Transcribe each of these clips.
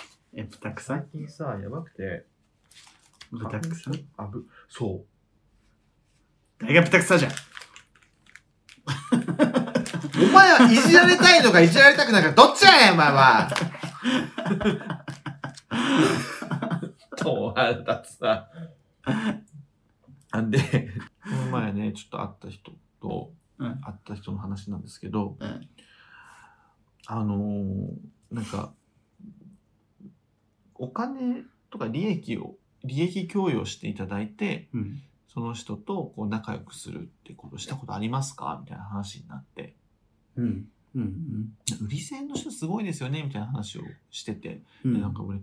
豚臭最い近さ、やばくて。豚臭いあぶ、そう。誰が豚臭じゃんお前はいじられたいのかいじられたくないのか、どっちやねん、お前は。と、あんたさ。あんで、この前ね、ちょっと会った人と、うん会った人の話なんですけど、うんあのーなんか、お金とか利益を、利益供与していただいて、うんその人とこう仲良くするってことしたことありますかみたいな話になって、うんうん売り線の人すごいですよねみたいな話をしてて、うんでなんか俺、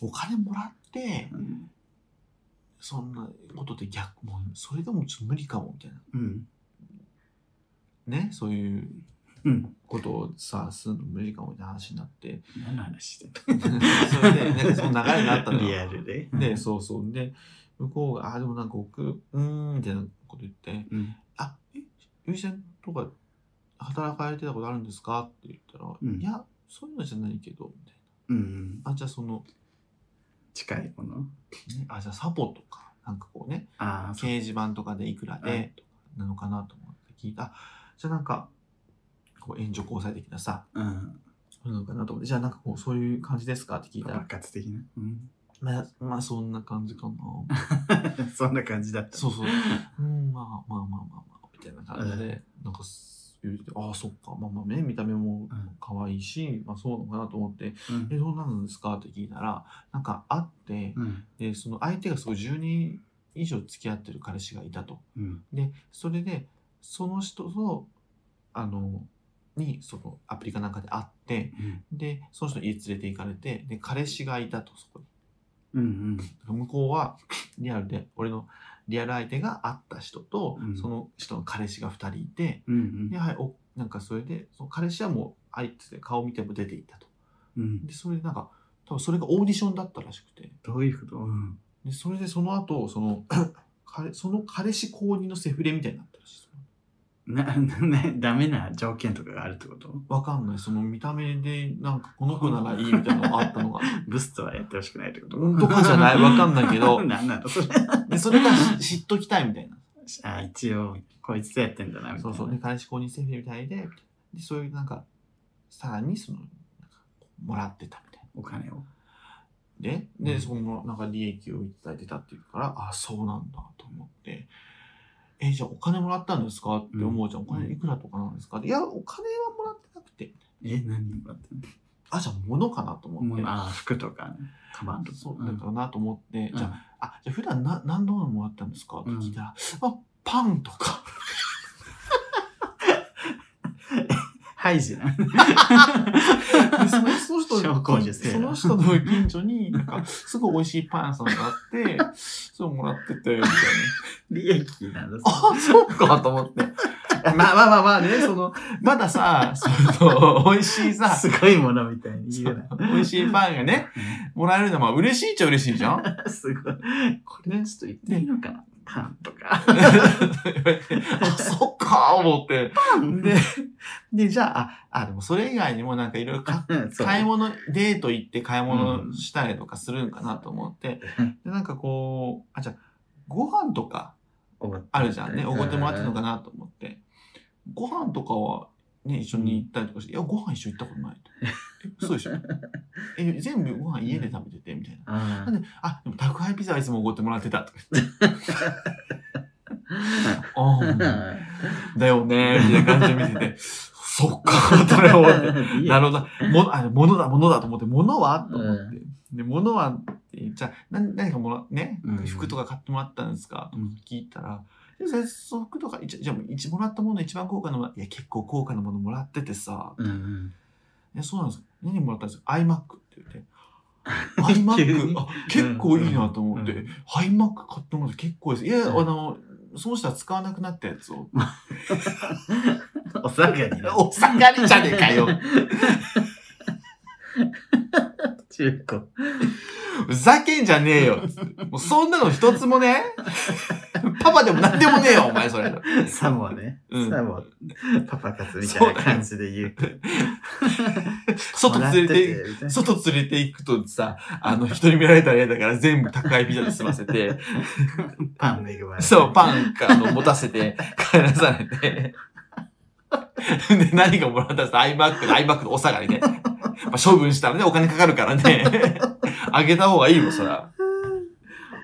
お金もらって、うんそんなことで逆、もうそれでもちょっと無理かもみたいな。うんね、そういううんことをさ、するの無理かもみたいな話になって、 何の話してたそれで、なんかその流れになったのリよ。アルでで、そうそう。で、向こうが、あ、でもなんか僕、うーん、みたいなこと言って、うんあ、え、ゆいさんとか働かれてたことあるんですかって言ったら、うんいや、そういうのじゃないけど、みたいうんな。あ、じゃあその、近いものねあ、じゃあサポとか、なんかこうね、ああそう掲示板とかでいくらうんで、とかなのかなと思って聞いた。あじゃあなんか、こう援助交際的なさ、うんそういうのかなと思って、じゃあなんかこう、そういう感じですかって聞いたら、爆発的なうん まあ、まあそんな感じかな。 そんな感じだったそうそう。うん、まあまあまあまあまあ、みたいな感じで、なんかす、言うてああ、そっか、まあまあね、見た目もうん可愛いし、まあそうなのかなと思って、うんえ、どうなんですかって聞いたら、なんか会って、うんで、その相手がすごい10人以上付き合ってる彼氏がいたと。うんで、それで、その人と、あの、に、そのアプリかなんかで会って、うんで、その人の家連れて行かれて、で、彼氏がいたと、そこに。うん向こうは リアルで俺のリアル相手が会った人と、うんその人の彼氏が2人いてうんうんで、はい、おなんかそれでその彼氏はもうあいつで顔見ても出ていったとうんでそれでなんか多分それがオーディションだったらしくてどういうことうんでそれでその後その 彼その彼氏公認のセフレみたいになったらしいな、な、なダメな条件とかがあるってことわかんないその見た目でなんかこの子ならいいみたいなのがあっ たのがブスとはやってほしくないってこととかじゃないわかんないけ どなんなのそれ。でそれが知知っときたいみたいなあ、一応、こいつとやってんだな、みたいそうな。そう、で、彼氏公認セフレみたいで、で、そういうなんか、さらにその、なんかもらってたみたいお金を。な。で、うで、んその、なんか利益をいただいてたっていうから、あ、そうなんだと思って、え、じゃあお金もらったんですかって思うじゃん。お金いくらとかなんですかっていや、お金はもらってなくて、え、何もらってんのあ、じゃあ物かなと思って。あ、服とかね、カバンとか。そううんだからなと思って、じゃあ、あ、あ、じゃあ普段な何度ももらったんですかって聞いたら、あ、パンとか。ハイジな。 で そのその人小公女性その人の近所に、なんか、すごい美味しいパン屋さんがあって、 それをもらってて、みたいな。利益なんだ。あ、そっか、と思って。まあまあまあまあね、その、まださ、その、美味しいさ、すごいものみたいに言うな。美味しいパンがね、もらえるのはまあ嬉しいっちゃ嬉しいじゃん すごい。これちょっと言っていいのかなパンとか。 あ、そっか、思って。パン で、で、じゃあ、あ、あでもそれ以外にもなんかいろいろ買っ買い物、デート行って買い物したりとかするんかなと思って、うんで、なんかこう、あ、じゃあご飯とか物あるじゃんね、おごってもらってるのかな。なと思って、ご飯とかはね、一緒に行ったりとかして、いや、ご飯一緒に行ったことない と。えそうでしょえ、全部ご飯家で食べてて、みたいな。あなんで、あ、でも宅配ピザはいつもおごってもらってた とか言って。ああ、あ。だよね、みたいな感じで見てて、そっか、とね思って。なるほど。も、あ、物だ、物だと思って、物はと思って。で、物はって、じゃあ、な何かもら、ねうん、服とか買ってもらったんですか、うんと聞いたら、でそれその服とか、じゃじゃあ、一もらったもの一番高価なもの、いや、結構高価なものもらっててさ、うんうん。えそうなんです何もらったんですか ?iMac って 言って。iMac? あ結構いいなと思って、うん iMac 買ってもらって結構いいです。いや、うんあの、そうしたら使わなくなったやつを。お下がりな。お下がりじゃねえかよ。中古。ふざけんじゃねえよっつってもうそんなの一つもね、 パパでもなんでもねえよ、お前それ。サモアね。うんサモア、パパ活みたいな感じで言う。外連れて、外連れて行くとさ、あの、人に見られたら嫌だから全部宅配ピザで済ませて、パン恵まれてそう、パンか、あの、持たせて、帰らされて。で、何かもらったらさ、アイマックで、アイマックのお下がりね。まあ、処分したらね、お金かかるからね。あげた方がいいよ、そら。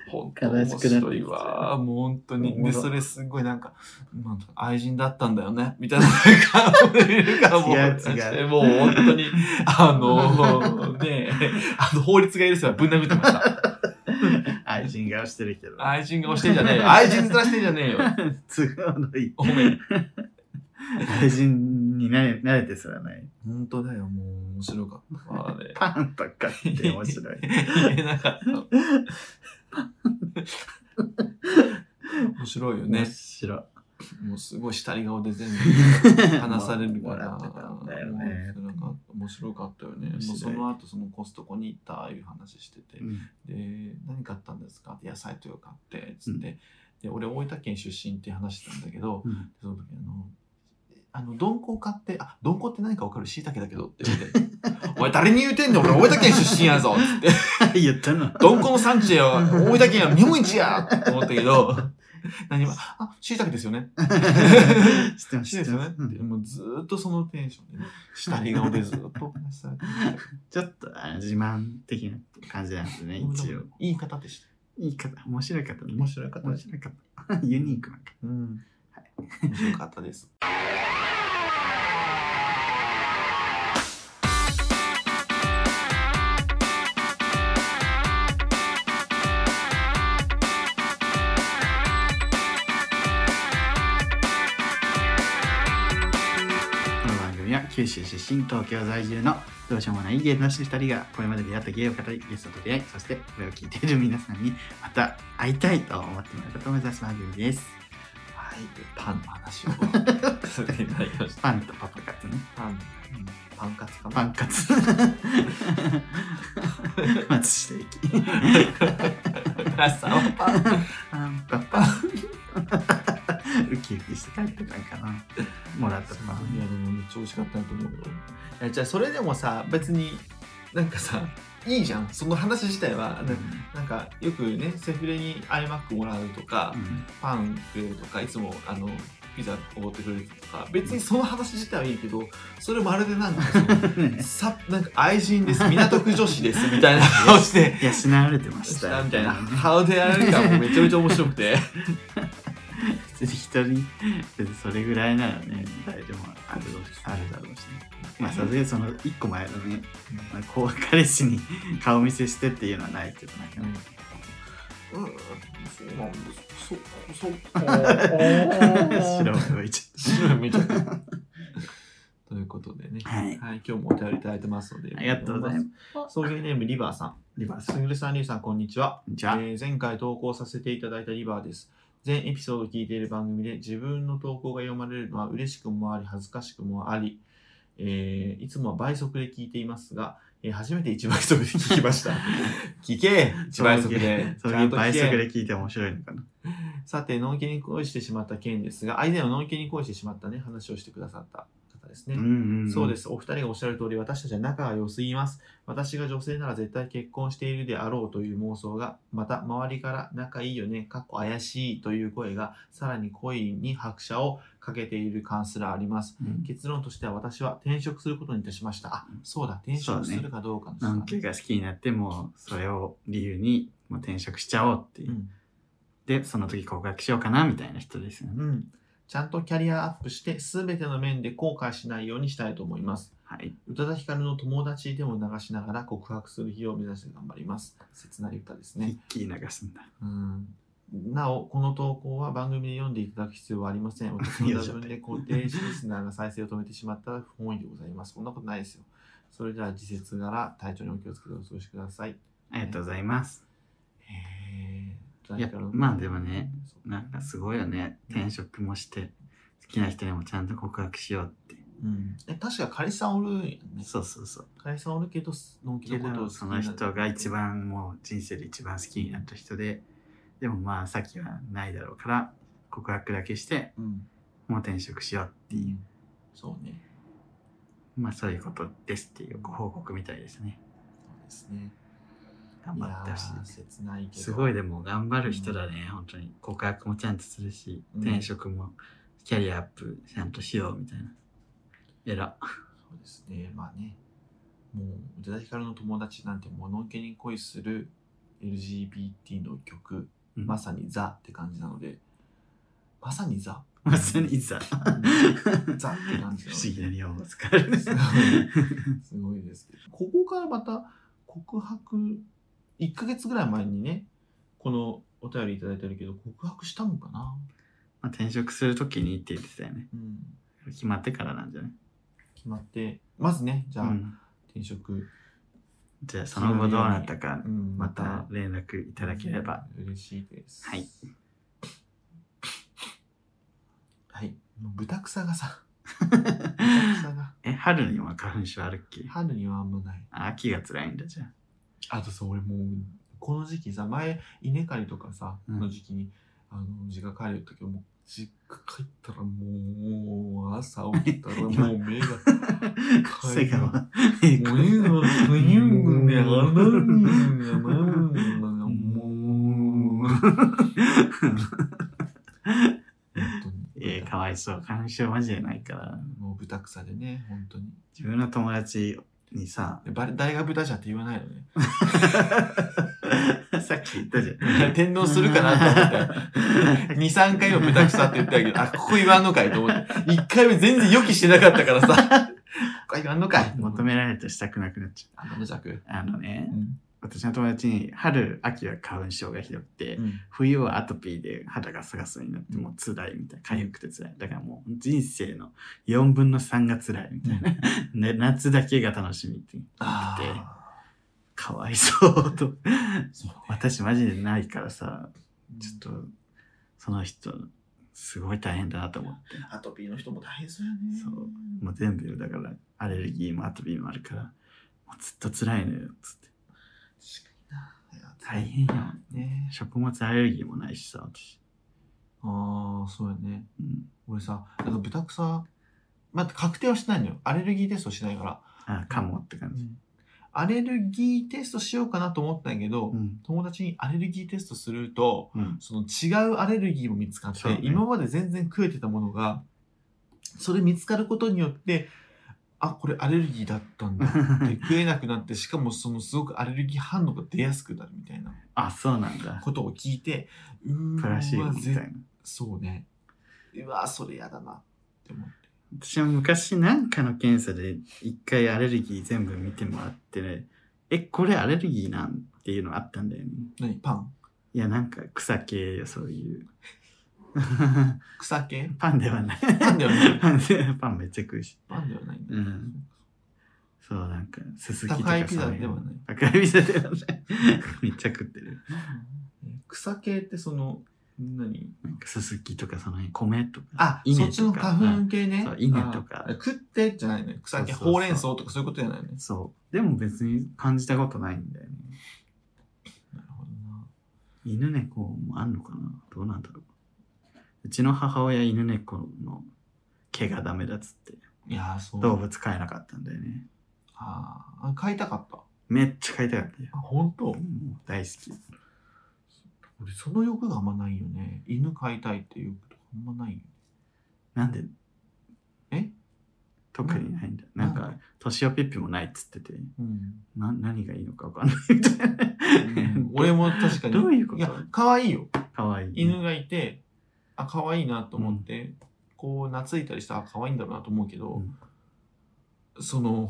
本当面白いわ。もう本当おに。もで、ろそれすごいなんか、なんとか愛人だったんだよね、みたいな顔でいるから、もう。違う違もう本当に、あ の、ねあの、法律がいる人はぶん殴ってました。 愛人顔してるけど。愛人顔してんじゃねえよ。愛人ずらしてんじゃねえよ。都合のいい。おめえ愛人になれ慣れてすらない。本当だよ、もう面白かったわ。あれパンばっかりって面白 い。 言えなかった。面白いよ面ね。白い。もうすごい下り顔で全部 話されるもから。らってたんだよね。面白かった面白かったよね。面白いもうその後、そのコストコに行った、ああいう話してて。うんで、何買ったんですかって野菜とよ買って、つって。で、俺、大分県出身って話してたんだけど、うんその時あの、あの、鈍行買って、あ、鈍行って何か分かる椎茸だけどって 言って、お前誰に言うてんねん、俺大分県出身やぞっつって、言ったの。鈍行の産地 や、大分県は日本一やと思ったけど、何も、あ、椎茸ですよね。 知ってます。椎 知って茸ですよます。ねっうんて、もうずーっとそのテンションでね、下り顔でずーっとお話しされて、ちょっとあ自慢的な感じなんですね、一応。 いい方でした。いい方、面白い方ね。面白い方面です。白い方。 ユニークな方。うん。面白かったです。この番組は九州出身東京在住のどうしようもない芸能人2人がこれまで出会った芸を語りゲストと出会いそしてこれを聞いている皆さんにまた会いたいと思ってもらうことを目指す番組ですはい。でパンの話を。 それで代表してパンとパパ活ねパン、うんパンカツかなパン活松下由紀ラ ッサはパン。パンパパ ウキウキして帰ってたんかなもらったパいンやでもめっちゃ美味しかったと思うよいやじゃあそれでもさ別になんかさいいじゃんその話自体は、ななんかよくねセフレにアイマックもらうとか、うんパンくれるとかいつもあのピザおごってくれるとか別にその話自体はいいけどそれまるでなんかそ のさなんか愛人です港区女子ですみたいな顔して。養われてま ししたたみたいな顔でやられるからもうめちゃめちゃ面白くて別に一人別にそれぐらいならね誰でもあるだろうしあるだろうしね まあさすがにその一個前のね、まあ、こう彼氏に 顔見せしてっていうのはないけどなんか ねうんそうなんですそそっか白目向いち白いめちゃくちゃということでゃね、ったはいはい、今日もお便りいただいてますので、ありがとうございますす。送迎ネームリバーさん、リバースすぐるさん、りゅうさん、こんにちは。じゃあ、えー前回投稿させていただいたリバーです。全エピソードを聞いている番組で自分の投稿が読まれるのは嬉しくもあり、恥ずかしくもあり、えーいつもは倍速で聞いていますが、えー初めて1倍速で聞きま した。聞け !1 倍速で。そうちいゃうんと聞倍け速で聞いて面白いのかなさて、のんけに恋してしまった件ですが、相手をのんけに恋してしまったね、話をしてくださった方ですね。うんうん、うん、そうですす。お二人がおっしゃる通り、私たちは仲が良すぎます。私が女性なら絶対結婚しているであろうという妄想が、また周りから仲いいよね、かっこ怪しいという声が、さらに恋に拍車をかけている感すらあります。結論としては私は転職することにいたしました。あ、そうだ、転職するかどうかの何下系が好きになってもうそれを理由にもう転職しちゃおうっていう、うんでその時告白しようかなみたいな人ですよねうん。ちゃんとキャリアアップして、すべての面で後悔しないようにしたいと思います。はい宇多田ヒカルの友達でも流しながら告白する日を目指して頑張ります。切ない歌ですね。一気に流すんだうんなお、この投稿は番組で読んでいただく必要はあり ません。私の自分で固 定リスナーが再生を止めてしまったら不本意でございます。そんなことないですよ。それでは、自節柄、体調にお気をつけてお過ごしください。ありがとうございますへーいや宇多田ヒカルのまあでもねそうなんかすごいよね転職もして好きな人にもちゃんと告白しようってうん、え確か彼氏さんおるんやね。そうそうそう彼氏さんおるけど、のんきけのことどを好きそになのる人が一番もう人生で一番好きになった人ででもまあさっきはないだろうから告白だけしてうん。もう転職しようっていうそうね。まあそういうことですっていうご報告みたいですね。ですね。頑い張やってほしいー、切ないけど。すごいでも頑張る人だね、本当に告白もちゃんとするし、うん転職もキャリアアップちゃんとしようみたいなえらそうですね。まあね。もう、宇多田ヒカルの友達なんて、物受けに恋する LGBT の曲、うんまさにザって感じなので、まさにザまさにさ不ザって感じなので。思議な日本語使われるす ごい すごいですけど。ここからまた告白、1ヶ月ぐらい前にね、このお便りいただいてるけど、告白したのかなまあ転職するときにって言ってたよねうん。決まってからなんじゃない、決まって、まずね、じゃあ、うん転職、じゃあその後どうなったかうんまた連絡いただけれ ば、嬉しいですはいはいもう豚草がさ豚草がえ春には花粉症あるっ け春にはあんまないあ秋が辛いんだじゃああとさ俺もうこの時期さ前稲刈りとかさうんの時期に、あの実家帰る時はもう実家帰ったらもう朝起きたらもう目が背 いがもう目がふにゅんね鼻にゃなんもう本当にえー、かわいそう花粉症マジでないからもう豚草でね本当に自分の友達にさでバレ誰が豚じゃって言わないのね さっき言ったじゃん 天皇するかなと思って23回は豚草って言ったけどあここ言わんのかいと思って1回目全然予期してなかったからさここ言わんのかい求められたしたくなくなっちあの弱ゃうあのうねん私の友達に春秋は花粉症がひどくて、うん冬はアトピーで肌がスガスになってもう辛いみたいな痒くて辛いだからもう人生の4分の3が辛いみたい な、ね、夏だけが楽しみってあかわいそう とーそうね私マジでないからさちょっとその人すごい大変だなと思ってアトピーの人も大変そうやねそうもう全部だからアレルギーもアトピーもあるからもうずっと辛いのよつって確か大変になよね食物アレルギーもないしさ私、ああそうやねうん、俺さなんか豚草待って確定はしないのよアレルギーテストしないからあかもって感じ、アレルギーテストしようかなと思ったんやけど、うん友達にアレルギーテストするとうん、その違うアレルギーも見つかって、そうね今まで全然食えてたものがそれ見つかることによってあこれアレルギーだったんだ って食えなくなってしかもそのすごくアレルギー反応が出やすくなるみたいなあそうなんだことを聞いてうーんプラシーボみたいなそうねうわそれやだなって思って私も昔なんかの検査で一回アレルギー全部見てもらってねえこれアレルギーなんていうのあったんだよね何パンいやなんか草系よそういう 草系パンではないパンではないパンでパンめっちゃ食うしパンではないんだ、うんそうなんかすすきとか高いピザそううではない赤いピザではない めっちゃ食ってる草系ってその何なんかすすきとかその辺米とかあ稲そっちのとか花粉系ね、そう稲とかあ食ってじゃないのよ草系そうそうそうほうれん草とかそういうことじゃないのよそうでも別に感じたことないんだよねなるほどな犬猫もあんのかなどうなんだろううちの母親犬猫の毛がダメだっつっていやーそう動物飼えなかったんだよねあーあ買いたかっためっちゃ飼いたかったよあ本当もう大好き俺その欲があんまないよね犬飼いたいっていう欲とかあんまないよなんでえ特にないんだなんなか年をピッピもないっつっててうん、な何がいいのかわかんない みたいなうん 俺も確かにどういうことや可愛いよかわいい犬がいてあ可愛いなと思って、こう懐いたりしたらあ可愛いんだろうなと思うけど、その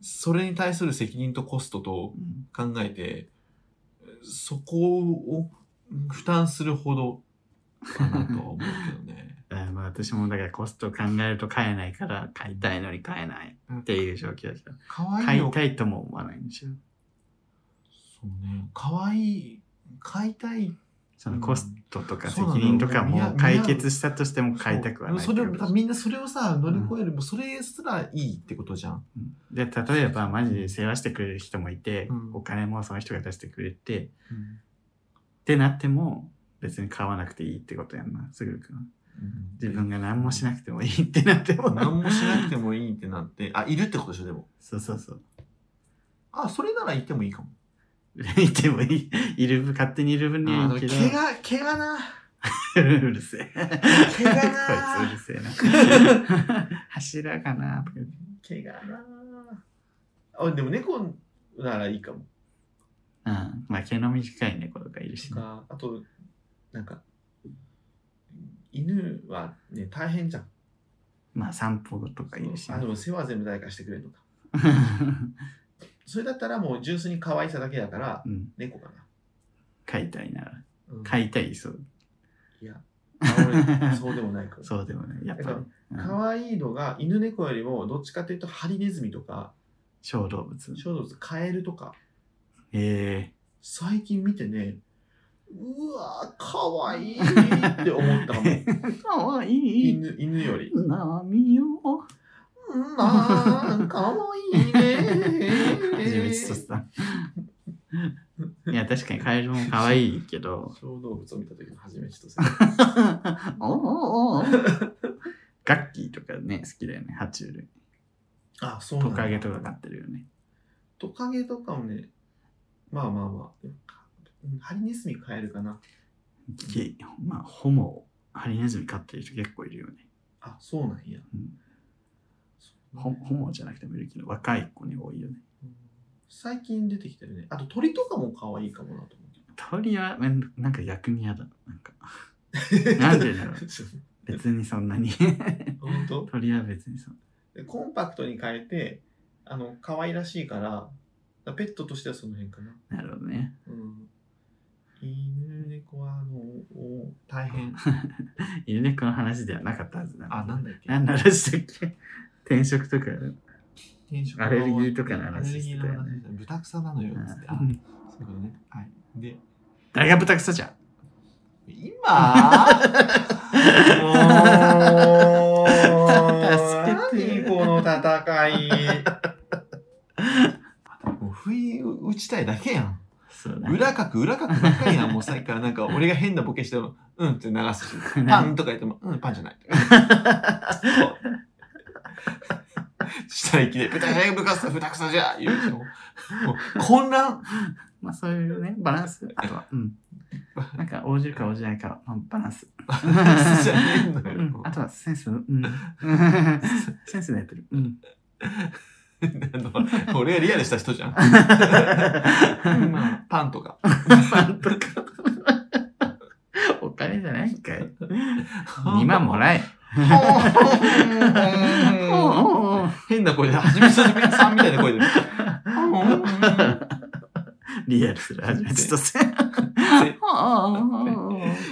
それに対する責任とコストとうん考えてそこを負担するほどかなとは思うけどねえーまあ私もだからコストを考えると飼えないから飼いたいのに飼えないって いう状況だけど可愛飼いよいたいとも思わないんですよそうね可愛い飼いたいそのコストとかうん責任とかそうなのもよ解決したとしても飼いたくはないそうでもってそれこをとみんなそれをさ乗り越える、もうそれすらいいってことじゃんで例えばマジで世話してくれる人もいて、うんお金もその人が出してくれてってなっても別に飼わなくていいってことやんなすぐるくん自分が何もしなくてもいいってなっても何もしなくてもいいってなって、あ、いるってことでしょ、でも。そうそうそうあ、それならいてもいいかも。いてもいいいる分勝手にいる分にはいいけど 毛が、毛がな。うるせえ。毛がなこいつうるせえな。 柱かなとか言って毛がな。あ、でも猫ならいいかも。うん。まあ毛の短い猫とかいるし、ね。かあと、なんか、犬はね、大変じゃん。まあ散歩とかいるし、あ、ねで。も世話全部誰かしてくれるのか。それだったらもう純粋に可愛さだけだから、うん。猫かな。飼いたいなら。うん飼いたいそう。いや、あ 俺そうでもないから。そうでもね。やっぱ、ねうん、可愛いのが犬猫よりもどっちかというとハリネズミとか小動物。小動物カエルとかええ最近見てねうわー可愛いって思ったかも ー。かわいい。犬犬 より波を。うん可愛いね 自分ちとさ。いや、確かにカエルも可愛いけど。小動物を見た時の初めちとさおおおお。ガッキーとかね、好きだよね、爬虫類。 あそうなトんだカゲとか飼ってるよね。トカゲとかもねまあまあまあうんハリネズミカエルかなゲイ、まあ、ホモ、ハリネズミ飼ってる人結構いるよね。あそうなんや、うんそうねホホモじゃなくてもいるけど、若い子に多いよね。最近出てきてるね。あと鳥とかも可愛いかもなと思うけ鳥はめんどなんか逆に嫌だ。なんか、なんでだろう。ど。別にそんなに。 本当鳥は別にそんでコンパクトに変えて、あの、可愛らしいから、だペットとしてはその辺かな。な。なるほどね。うん。犬、猫は、あの、お大変。犬猫の話ではなかったはずだ。あ、なんだっけ何の話だっけ転職とか。転職アレルギーとかの話アレルギーしてのたよね話だ。ブタクサなのよ、つって。あ、うんそういうことね。はい。で、誰が豚草じゃん。今もう、助けて何この戦 い。もう不意打ちたいだけやん。そうだね。 裏角、裏角ばっかりやん。もうさっきからなんか俺が変なボケしても、うんって流すし、パンとか言っても、うん、パンじゃない。そうしたらいきなり、豚へぶかすさ、豚くさじゃ言うでしょもう混乱。 まあそういうね、バランス。あとは、うん。なんか応じるか応じないか、まあ、バランス。じゃねえのうんよ。あとはセンス、うん。センスでやってる。うん。あの俺がリアルした人じゃん。まあパンとか。パンとか。お金じゃないんかい。2万もらえ。おうおうおう変な声で、はじめさじめさんみたいな声で。リアルする。初めてとせ。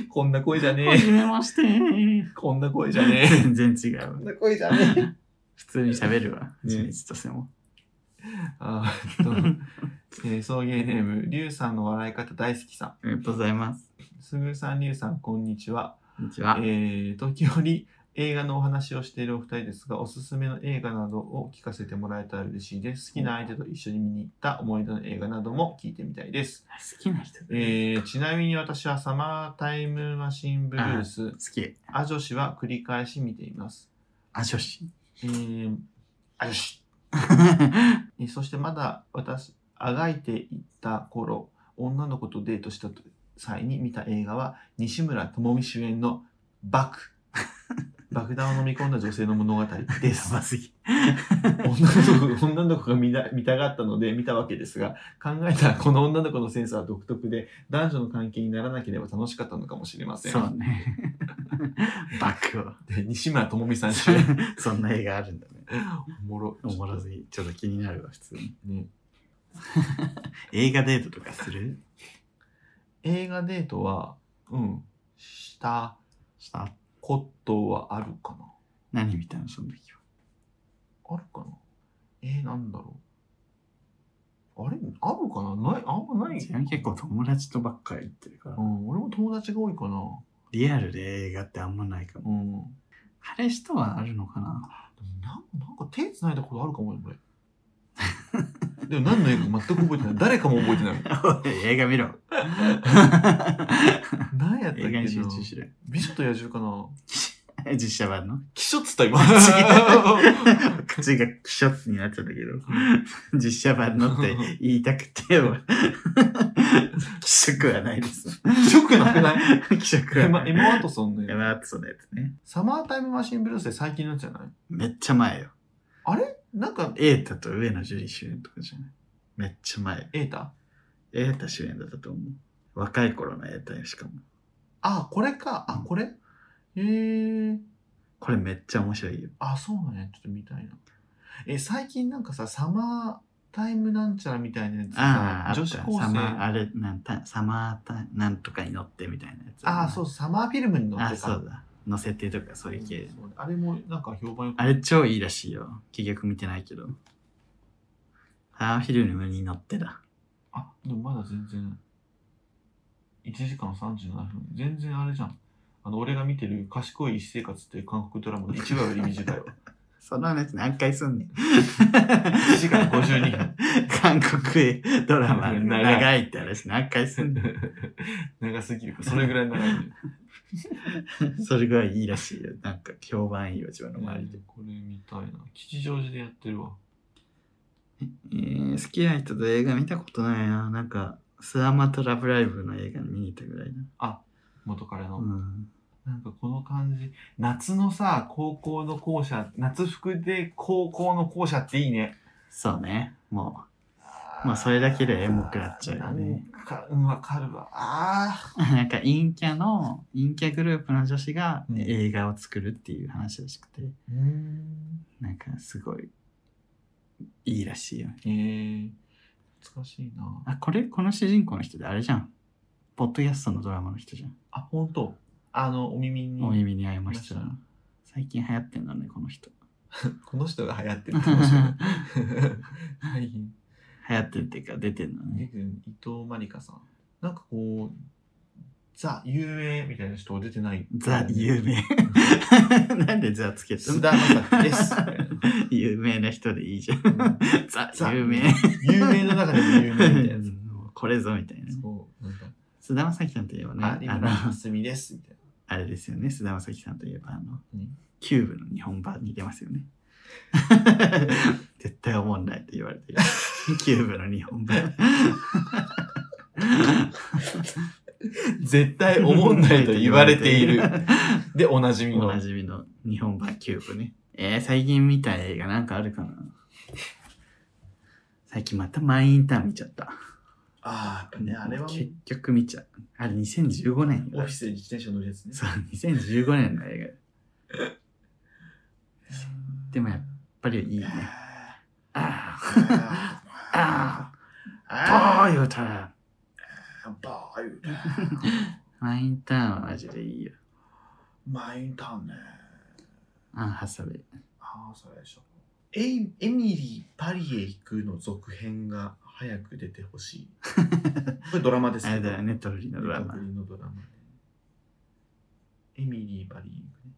こんな声じゃはねじめまして。え。こんな声じゃねえ。全然違う。な声じゃねえ。普通に喋るわ。ね初めてとせも。あーえっと、えー送迎ネーム、りゅうさんの笑い方大好きさありがとうございます。ん。すぐるさん、りゅうさん、こんにちは。こんにちは。えー、時折、映画のお話をしているお二人ですが、おすすめの映画などを聞かせてもらえたら嬉しいです。好きな相手と一緒に見に行った思い出の映画なども聞いてみたいです。好きな人だねえーちなみに私はサマータイムマシンブルース好、き。アジョシは繰り返し見ています。あ、女子。えー、アジョシ。えーそしてまだ私、あがいていった頃、女の子とデートした際に見た映画は、西村智美主演のバ ク。爆弾を飲み込んだ女性の物語でやす。ばすぎ。女の子女の子が見た見たがったので見たわけですが考えたらこの女の子のセンスは独特で男女の関係にならなければ楽しかったのかもしれませんそうね。バックを。で西村智美さん主演そんな映画あるんだね。おもろおもろすぎ。ちょっと気になるわ、普通に。ね映画デートとかする映画デートはうんしたしたことはあるかな何見たの、その時は。あるかなえー、なんだろうあれあるかなないあんまない自分結構友達とばっかり行ってるからう。ん、俺も友達が多いかな。リアルで映画ってあんまないかも。うん。でも彼氏とはあるのかななんなんか手繋いだことあるかもよ、 俺。でも何の映画か全く覚えてない。誰かも覚えてない。おい 映画見ろ。何やったっけ 映画なに集中しろよ。美女と野獣かな実写 版の。キショッつった今。口がクショッになっちゃったけど、実写版のって言いたくて、 もう気色はないです。気色なくな い気色エはマなエい。マ・ワトソンのエやマ・アトソンのやつね。つサマータイムマシンブルースで最近のやつじゃないめっちゃ前よ。なんか、エータと上野樹里主演とかじゃない。めっちゃ前。エータエータ主演だったと思う。若い頃のエータよ、しかも。あ、これか。あ、これへえー。これめっちゃ面白いよ。あ、そうなんや。ちょっと見たいな。え、最近なんかさ、サマータイムなんちゃらみたいなやつああ、さ、女子高あったサ生。マー、ああれ、なんたサマータ、なんとかに乗ってみたいなやつ。あー、そう、サマーフィルムに乗っあ、てた。そうだ。乗せてとか、そういう系。そうあれもなんか評判よくあれ超いいらしいよ。結局見てないけど。ハーフィルムに乗ってだ。あ、でもまだ全然、1時間37分。全然あれじゃん。あの、俺が見てる賢い一生活っていう韓国ドラマの1話より 短いわ。その話何回すんねん。 1時間52分。 韓国ドラマ長い長いって話何回すんね長すぎるか、それぐらい長い、 ね。ん。 それぐらいいいらしいよ。なんか評判いいよ、自分の周りで。これ見たいな。吉祥寺でやってるわ。えー好きな人と映画見たことないな。なんか、スワマとラブライブの映画見に行ったぐらいな。元彼の。うん。なんかこの感じ。夏のさ、高校の校舎、夏服で高校の校舎っていいね。そうね。もまあそれだけでエモくなっちゃうよねなんか、うん、わかるわ。あう、 なんか陰キャの、陰キャグループの女子がうん映画を作るっていう話らしくて。ーうん。なんかすごいいいらしいよね。えー、懐かしいな。あ、これ、この主人公の人であれじゃん。ポッドキャストのドラマの人じゃん。あ、ほんと。あの、お耳おに。耳に合いましたいまし。最近流行ってんだね、この人。この人が流行ってるかもしれない。流最近。行ってるっていうか、出てんの出ね。てる伊藤まりかさん。なんかこう、ザ・有名みたいな人出てない。ザ有名。 なんでザつけた須の田まさ きです。有名な人でいいじゃん。 ザザ有名。有名の中でも有名みた いなやつ。これぞみたいなね。そう。なんか、菅田将暉さんといえばね、あ、あ今のの、蓮見です。みたいあれですよね、菅田将暉さんといえば、あのうん、キューブの日本版に出ますよ ね。 絶対おもんないと言われてる。キューブの日本版。な。絶対思んないと言われて いおる。で、おなじみの。なじみの日本版キューブね。えー、最近見た映画なんかあるかな最近またマイインターン見ちゃった。ああ、ね、あれはもう結局見ちゃう。あれ2015年オよフィ。スで自転車乗るやつね。そう、2015年の映画。やっでもやっぱりいいね。ああ。 あああ。あああ、言うたら。ー、バー言うてマインターンはマジでいいよ。マインターンね。アンハサ ウェイ。ああ、それでしょ。エイエミリー・パリへ行くの続編が早く出てほしい。これドラマですあけれどだよね、トルリのドラマネット。フリのドラマねエミリー・パリへ行くね。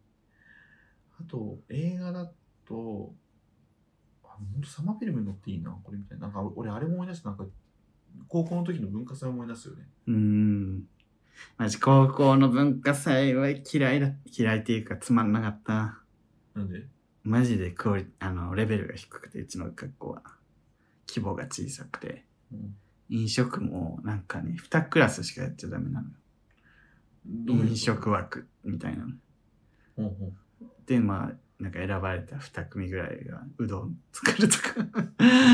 あと、映画だと、あほんとサマーフィルムに乗っていいな、これみたいな。なんか俺、あれも思い出した。なんか、高校の時の文化祭を思い出すよね。うーん。マジ高校の文化祭は嫌いだ。嫌いっていうかつまんなかった。なんでマジでクオリあの、レベルが低くて、うちの学校は。規模が小さくて。うん飲食もなんかね、2クラスしかやっちゃダメなのよ。どういうこと飲食枠みたいなの。ほうほうでまあなんか選ばれた2組ぐらいがうどん作るとか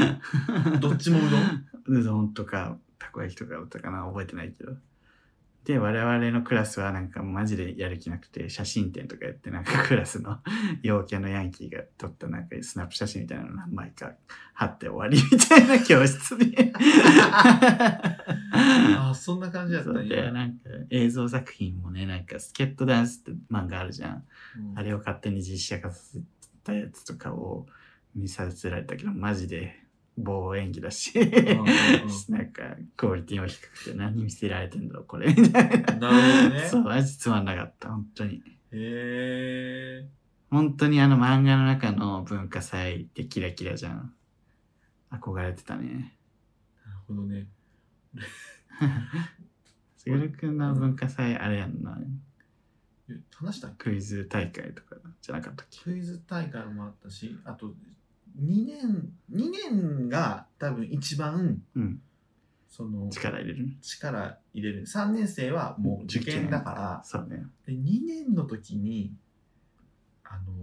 どっちもうど んうどんとかたこ焼きとかだったかな覚えてないけどで我々のクラスはなんかマジでやる気なくて写真展とかやってなんかクラスの陽キャのヤンキーが撮ったなんかスナップ写真みたいなの何枚か貼って終わりみたいな教室 であ、そんな感じだったそうんでや。なんか映像作品もねなんかスケットダンスって漫画あるじゃんうんあれを勝手に実写化させたやつとかを見させられたけど、マジで棒演技だし、 うなんかクオリティも低くて何見せられてんだろう、これ。みたいな。なるほどねそう、マジつまんなかった、本当に。へえ。本当にあの漫画の中の文化祭ってキラキラじゃん。憧れてたね。なるほどね。すぐるくんの文化祭、あれやんな。話したっけクイズ大会とかじゃなかったっけクイズ大会もあったしあと2年2年が多分一番うんその力入れるね力入れる3年生はもう受験だからそうねで2年の時にあの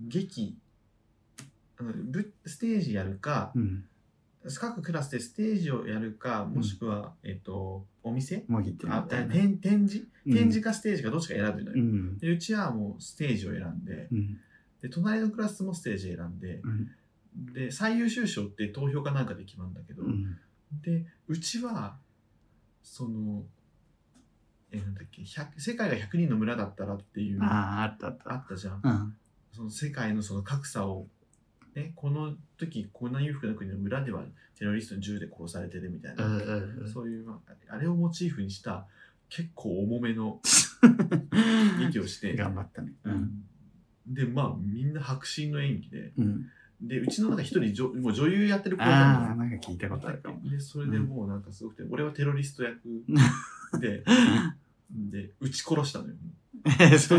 劇あのぶステージやるかうん各クラスでステージをやるかもしくは、えっとお店もぎってあみたいな展展示うん展示かステージかどっちか選ぶのうよ、んでうちはもうステージを選んでうんで隣のクラスもステージ選んでうんで最優秀賞って投票かなんかで決まるんだけど、うんでうちはそのえーなんだっけ100世界が100人の村だったらっていうああああったあったったじゃんうんその世界のその格差を、ね、この時こんな裕福な国の村ではテロリストに銃で殺されてるみたういんな、うんうんそういうまああれをモチーフにした結構重めの劇 をして、頑張ったねうんでまあみんな迫真の演技でうんでうちの中一人じょもう女優やってる子がいたのあよあなんか聞いたことあるかもでそれでもうなんかすごくて、俺はテロリスト役 でで撃ち殺したのよ人質を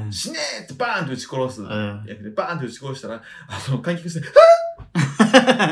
うん死ねーってバーンと撃ち殺すうん役でバーンと撃ち殺したらあの観客して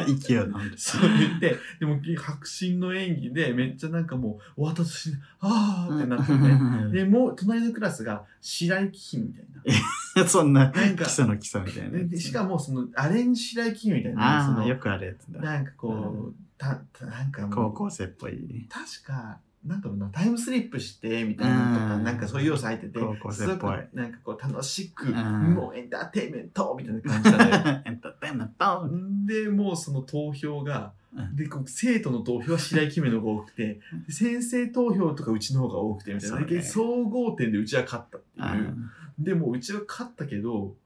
息を飲んでそう言ってでも迫真の演技でめっちゃなんかもう終わったとしあーってなってて、 でもう隣のクラスが白雪姫みたいなそんななんか基礎の基礎みたいなやつでしかもそのアレンジ白雪姫みたいなそああよのくあるやつだなんかこう、うたたなんかも高う校生っぽい確か、なんだろうな、タイムスリップして、みたいなのとか、うんなんかそういう要素入ってて、高校生っぽいすごくなんかこう、楽しく、うんもうエンターテインメントみたいな感じだね。エンターテインメントで、もうその投票がう、んで、こう生徒の投票は白井君の方が多くて、で先生投票とかうちの方が多くて、みたいな。そうねで総合点でうちは勝ったってう。いうんでもうちは勝ったけど、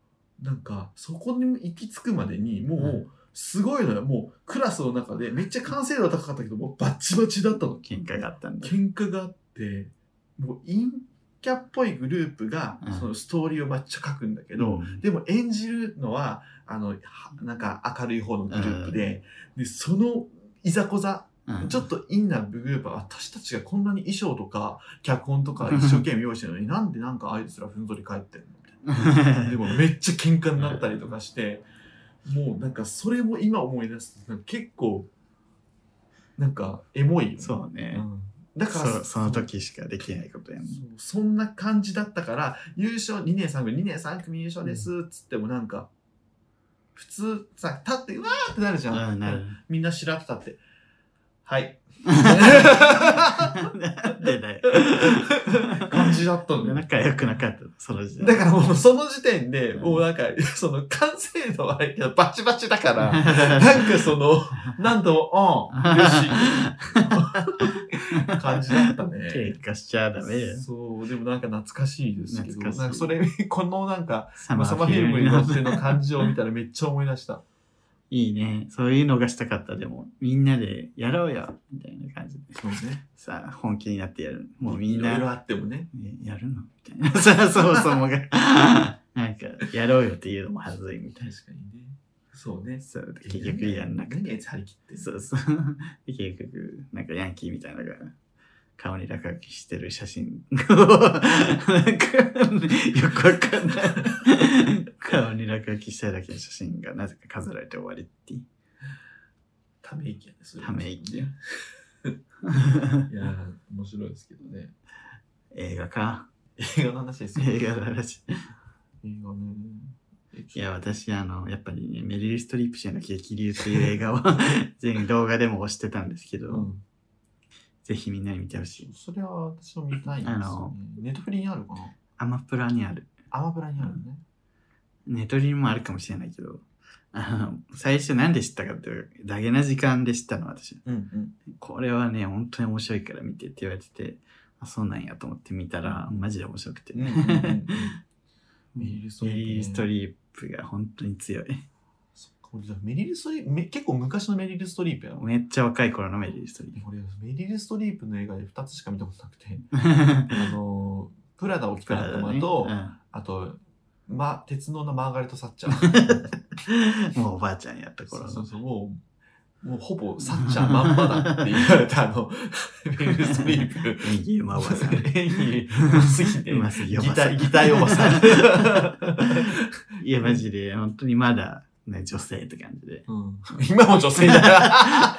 なんか、そこに行き着くまでに、もうう、すごいのよ。もう、クラスの中で、めっちゃ完成度は高かったけど、もうバッチバチだったの。喧嘩があったんだ喧嘩があってもう陰キャっぽいグループがうんそのストーリーをめっちゃ書くんだけけど、でも演じるのはあのはなんか明るい方のグループで,、でそのいざこざちょっとインなグループは私たちがこんなに衣装とか脚本とか一生懸命用意してるのになんでなんかあいつらふんぞり帰ってんのでもめっちゃ喧嘩になったりとかして、もうなんかそれも今思い出すとなんか結構なんかエモいよねそうねうんだからそその時しかできないことやんそうそんな感じだったから優勝2年3組2年3組優勝ですっつってもなんか普通さ立ってうわーってなるじゃん、うんなるみんな白らって立っ てはいなんでだよ感じだったのよ仲良くなかったその時代だからもうその時点でうんもうなんかその完成度はあれけどバチバチだから なんかそのなんともうんよし感じだった ね喧嘩しちゃダメよそうでもなんか懐かしいですけど懐かしいなんかそれこのなんかサまあサマーフィルムに乗ってのの感じを見たらめっちゃ思い出した。いいねそういうのがしたかったでもみんなでやろうよみたいな感じでそうね。さあ本気になってやるもうみんいろいろなあってもね。えやるのみたいなさあそもそもが なんかやろうよっていうのもはずいみたい確かにね。そうねな。そう結局やんなくて何あいつ張り切ってんのそうそう。 で結局、なんかヤンキーみたいなのが、顔に落書きしてる写真を、 なんか、よくわかんない。顔に落書きしただけの写真がなぜか飾られて終わりっていう。ため息やね。それため息いやー、面白いですけどね。 映画か。映画の話ですよ映画の。話。映画ね。いや、私、あの、やっぱりね、メリル・ストリップ主演の激流という映画を、ぜひ動画でも押してたんですけど、うん。ぜひみんなに見てほしい。それは私も見たいんですあよのね。ネットフリーにあるかなアマプラにある。アマプラにあるね。ネトリもあるかもしれないけど、あの、最初なんで知ったかっていうダゲな時間で知ったの、私。うんうん。これはね、本当に面白いから見てって言われてて、あ、そうなんやと思って見たら、マジで面白くて。うんうん うんメメリリルル・ストリップねストリップが本当に強い。 そっか俺だからメリル・ストリープめ、結構昔のメリル・ストリープやろ。めっちゃ若い頃のメリル・ストリッ俺、メリル・ストリープの映画で2つしか見たことなくて、プ。 あのー、プラダを着た悪魔と、あと、ま、 鉄の女マーガレット・サッチャー。 うんもうおばあちゃんやったそ頃うそのうそう、もう、もうほぼサッチャーまんまだって言われた あの、ビル・ストリープ。演技うまおばさ ん。演技うますぎてう。ますぎおギばタさー、ん。ギターおばさ ん。いや、マジで、本当にまだ、ね、女性って感じで。うん今も女性だ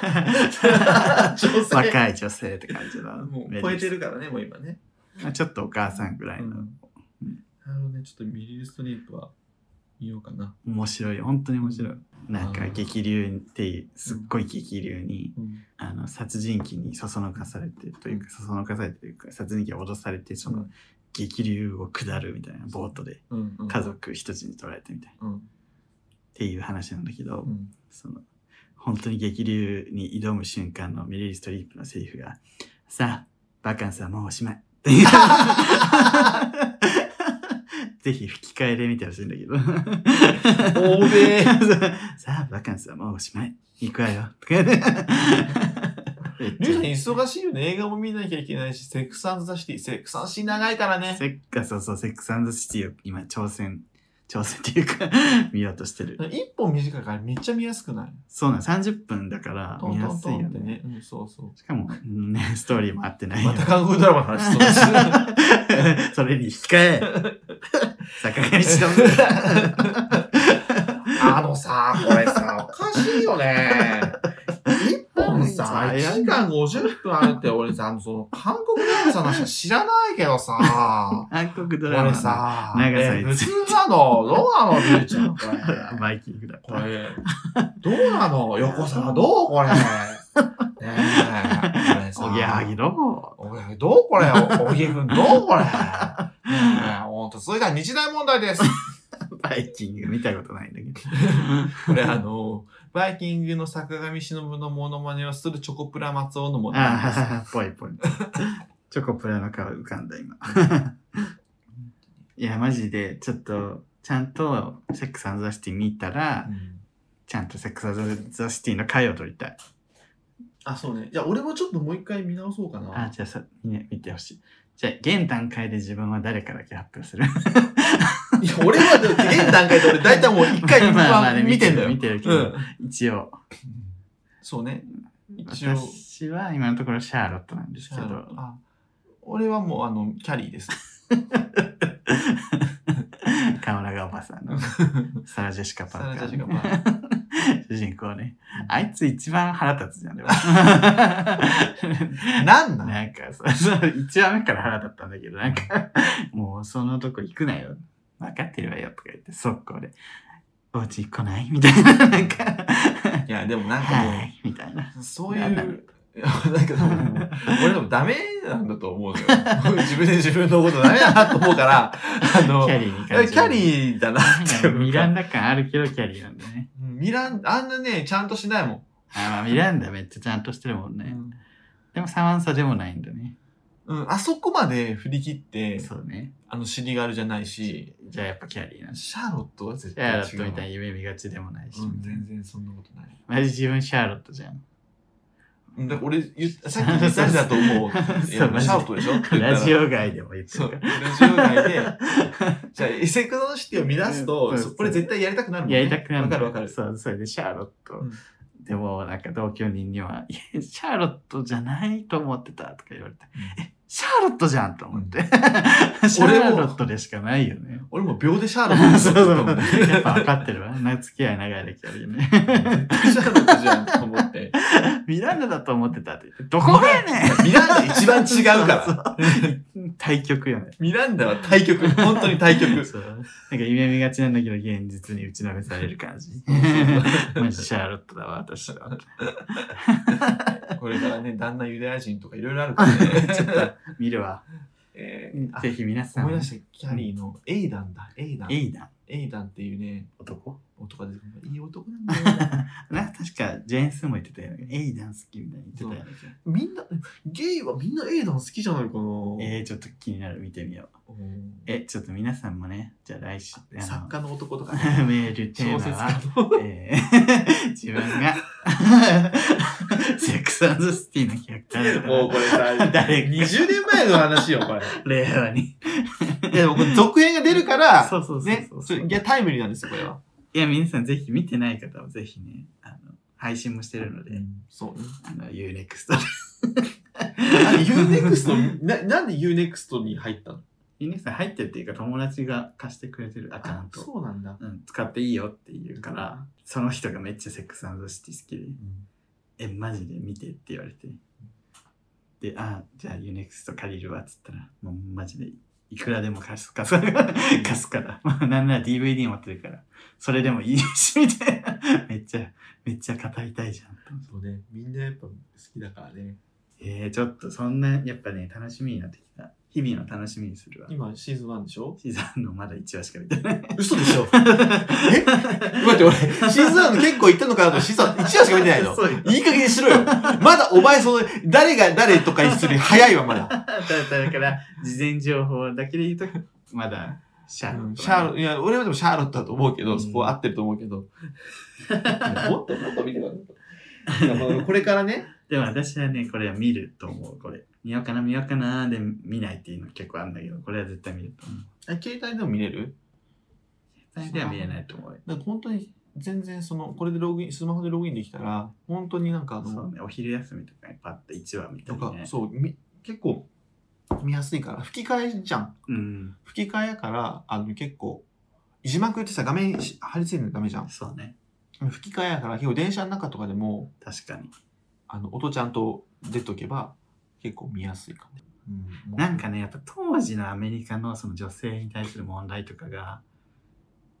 女性。若い女性って感じだ。もう超えてるからね、もう今ね。まあちょっとお母さんぐらいの。なるほどね、ちょっとビル・ストリープは見ようかな。面白い、本当に面白い。なんあかー激流っていう、すっごい激流に、うんあの、殺人鬼にそそのかされてというか、そそのかされてというか、殺人鬼は脅されて、その激流を下るみたいな、ボートでうんうん家族一つに取られてみたいな。うんっていう話なんだけど、うんその本当に激流に挑む瞬間のメリル・ストリープのセリフが「さあバカンスはもうおしまい」 っていうぜひ吹き替えで見てほしいんだけど欧米 さあバカンスはもうおしまい行くわよとかねリュウさん忙しいよね。映画も見なきゃいけないし、セックスアンドザシティ。セックスアンドザシティ長いからね。セッカ そうそうセックスアンドシティを今挑戦挑戦っていうか 見ようとしてる一本短いからめっちゃ見やすくないそうなん30分だからト見ンやトンすトいンよってねね。うん、そ うそしかもねストーリーも合ってなう。いよまた韓国ドラマの話そうです。それに引き換え、坂上 忍。あのさ、これさ、おかしいよね。一本さ、 早い1時間50分あるって俺さ、その韓国ドラマさの話は知らないけどさ、韓国こ ドラマれのさ、長さえ普通なのどうなのりゅうちゃん、これ。バイキングだったこ。れ、どうな の横澤、どう これ。ねえ、これさおぎやはぎのおぎやはぎどうこれおおぎや くん、どうこれ。ねえ、ほんと、続いては日大問題 です。バイキング見たことないんだけど。これあの、バイキングの坂上忍のモノマネをするチョコプラ松尾のモノマネです。ああ、ぽいぽい。チョコプラの顔浮かんだ今。 いや、マジで、ちょっと、ちゃんとセックスアンドザシティ見たら、うんちゃんとセックスアンドザシティの回を撮りたい。あ、そうね。じゃあ俺もちょっともう一回見直そうかあ、な。じゃあさ、ね、見てほしい。じゃあ、現段階で自分は誰かだけ発表する。いや、俺は、現段階で俺大体もう一回 まあまあね一番見てんだよ。見てる見てうるん。一応。そうね。一応、私は今のところシャーロットなんですけど、あ俺はもうあの、キャリーです。河村がおばさん のサラ・ジェシカ・パサラーカジャジーがね、まあ主人公ね。あいつ一番腹立つじゃん、でも。 なんなんなんかさ、そう1話目から腹立ったんだけど、なんか、もうそのとこ行くなよ。分かってるわよとか言って、速攻で、お家来ないみたいな、なんか、いや、でもなんかはもい、みたいな。う、そういなん なのう、いやなんか多分俺でもダメなんだと思うのよ。 自分で自分のことダメだなと思う から、あキの、ャリーにキャーリーだなっていうかミランダ感あるけどキャリーなんだね。うんミラン、あんなね、ちゃんとしないもん。あまあミランダめっちゃちゃんとしてるもんね。でもサマンサでもないんだね。うん、あそこまで振り切って、そうね。あの、シリガルじゃないし、じゃあやっぱキャリーなんだ。シシャーロットは絶ャー対違ロう。ットみたいに夢見がちでもないし。うん、全然そんなことない。マジ自分シャーロットじゃん。うんだから俺言っ、さっき言ったんだと思う。い やそうマジでシャーロットでしょって言ったらラジオ外でも言ってそう、るかラら。ジオ 外で、じゃあ、エセクゾンシティを見出すうと、んそこれ絶対やりたくなるもんね。やりたくなるんだわかよるわかる。そう、それでシャーロット。うんでもなんか同居人には、いやシャーロットじゃないと思ってたとか言われて、え、シャーロットじゃんと思って。 シャーロットでしかないよね。俺も秒でシャーロット そうだとそう思う。。 やっぱ分かってるわ。付き合い長いだけあるよね。シャーロットじゃんと思って。ミランダだと思ってたって言って、どこがやねんミランダ一番違うから。対局よね。ミランダは対局。本当に対局。そうなんか夢見がちなんだけど、現実に打ちのめされる感じ。マジシャーロットだわ、私 は。これからね、旦那ユダヤ人とかいろいろあるからね。 ちょっと見るわ。 えーあぜひ皆さん思いも出。した、キャリーのエイダンだ。エイダン。いエいな、イダンっていうね、男。男です。いい男なんだよ な。な確か、ジェーンスーも言ってたよね。エイダン好きみたいに言ってたよね。みんな、ゲイはみんなエイダン好きじゃないかな。えー、ちょっと気になる。見てみよう。うんえ、ちょっと皆さんもね、じゃあ来週、あの作家の 男とか ね。メールテーマ小説は家、の。えー自分が セックスアンドシティのキャラクターだったらもうこれさ、誰か20年前の話よ、これ。令和に いや、でもこれ続編が出るから、そうそうそうそうね、それいや、タイムリーなんですよ、これは。いや皆さんぜひ見てない方はぜひねあの配信もしてるので、そうね。あの、UNEXT。あれ UNEXT、ななんで UNEXT に入ったの UNEXT 入ってるっていうか、友達が貸してくれてるアカウント。そうなんだ。うん、使っていいよって言うから、その人がめっちゃセックスシティ好きで、え、マジで見てって言われて。で、あ、じゃあ UNEXT 借りるわっつったら、もうマジでいくらでも貸す貸す貸すから。 まあ、なんなら DVD 持ってるから、それでもいいし、みたいな。 めっちゃ、めっちゃ語りたいじゃんと思って。そうね。みんなやっぱ好きだからね。えー、ちょっとそんな、やっぱね、楽しみになってきた。日々の楽しみにするわ。今シーズン1でしょ シーザンのまだ1話しか見てない。嘘でし ょえ待って、俺、シーズン1の結構行ったのかなと、シーズン1話しか見てないの。そう よ。いい加減にしろよ。まだお前、その、誰が誰とかにするより早いわ、まだ。だだから、事前情報だけで言うと、まだ、シャーロットシャーロいや、俺はでもシャーロットだと思うけど、そこは合ってると思うけ ど。もっともっと見てください。これからね、でも私はね、これは見ると思う、これ。見ようかな、見ようかな、で、見ないっていうの結構あるんだけど、これは絶対見ると思う。え携帯でも見れる絶対では見れないと思うよ。だから本当に、全然その、これでログイン、スマホでログインできたら、本当になんかあその、うね、お昼休みとかにパッと1話見たとりか、ね。そう、み結構見やすいから、吹き替えじゃん。うん。吹き替えやから、あの、結構、字幕ってさ、画面し貼り付いてるのダメじゃん。そうね、吹き替えやから、結構電車の中とかでも、確かに。あの、音ちゃんと出とけば、結構見やすいかも。うなんか、ね、やっぱ当時のアメリカのその女性に対する問題とかが、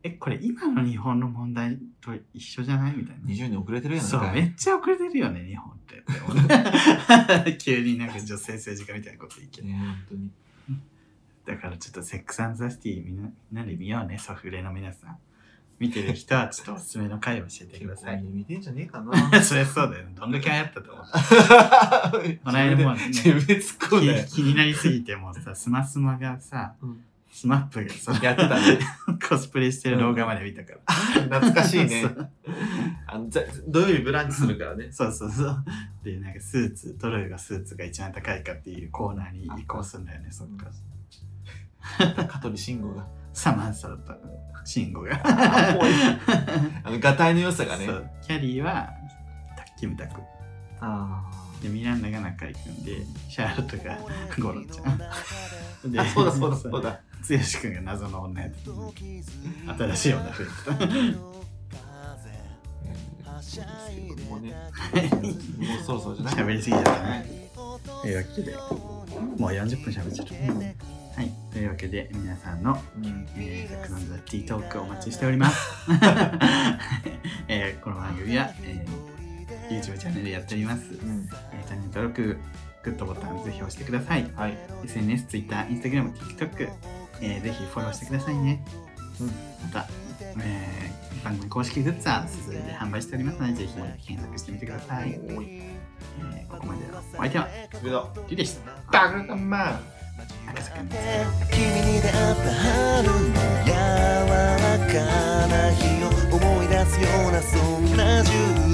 え、これ今の日本の問題と一緒じゃないみたいな。 20年遅れてるやんそう、なんかめっちゃ遅れてるよね、日本ってって思った。 急になんか女性政治家みたいなこと言って。ね本当に。だからちょっとセックスアンドザシティみんなみんなで見ようね、ソフレの皆さん。見てる人はちょっとおすすめの回を教えてくだ結さ構い。 見てんじゃねえかな。 そりゃそうだよ、ね。どんだけ流行ったと思う。この間もね 自分で突っ込んだよ。気気になりすぎてもうさ、スマスマがさ、 うんスマップがさ、やってたね。コスプレしてる動画まで見たから。懐かしいねそ。あのざ土曜日ブランチするからね。そうそうそう。で、なんかスーツ、どれがスーツが一番高いかっていうコーナーに移行するんだよね、そっから。香取慎吾が。サマンサだったの、シンゴが。あもういいあの、ガタイの良さがねそ。うキャリーは、タッキムタク。あで、ミランダが中居君で、シャーロットがゴロちゃ ん。ーあ。そうだそうだそう。だ。剛君が謎の女やつ。新しい女増もうね、えてた。もうそろそろじゃない喋りすぎちゃったね。というわけで、もう40分喋っちゃった。はい、というわけで、皆さんの、えー、ザックナンザティートークをお待ちしており ます。えーこの番組は、えー YouTube チャンネルやっております。うん。えーチャンネル登録、グッドボタンぜひ押してください。はい。 SNS、Twitter、Instagram、TikTok、えーぜひフォローしてくださいね。うんまた、えー番組公式グッズはすずりで販売しておりますので、ぜひ検索してみてください。えーここまでのお相手は、それだ。りゅうでした。バカマン。赤坂です。君に出会った春の柔らかな日を思い出すようなそんな10